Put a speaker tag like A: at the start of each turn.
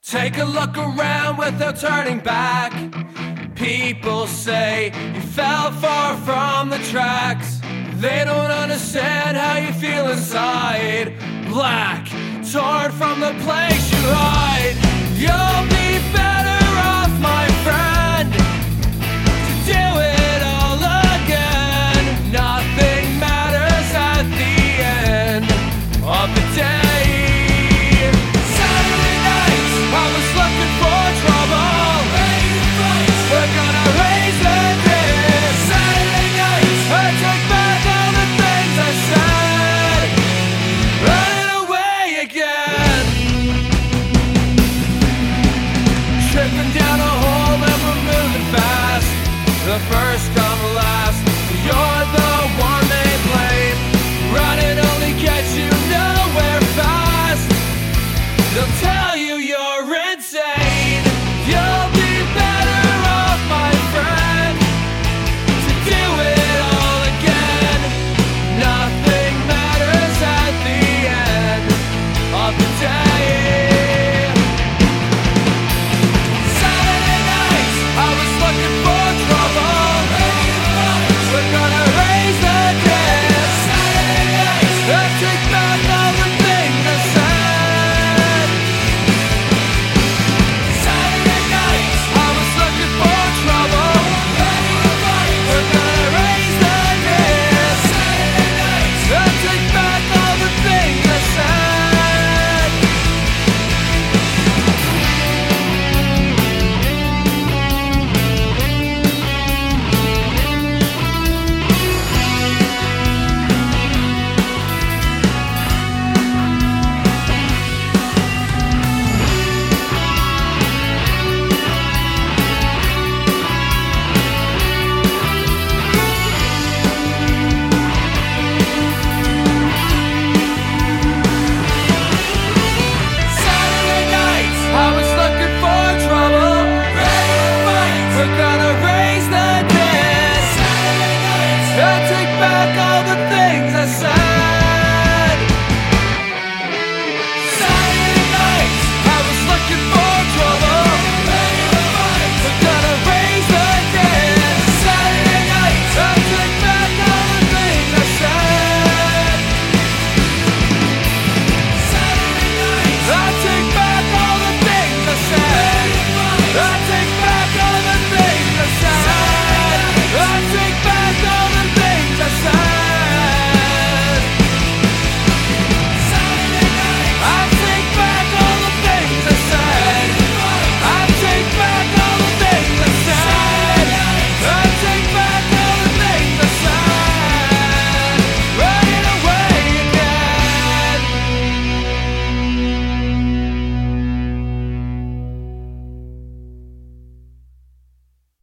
A: Take a look around without turning back. People say you fell far from the tracks. They don't understand how you feel inside. Black, torn from the place you hide.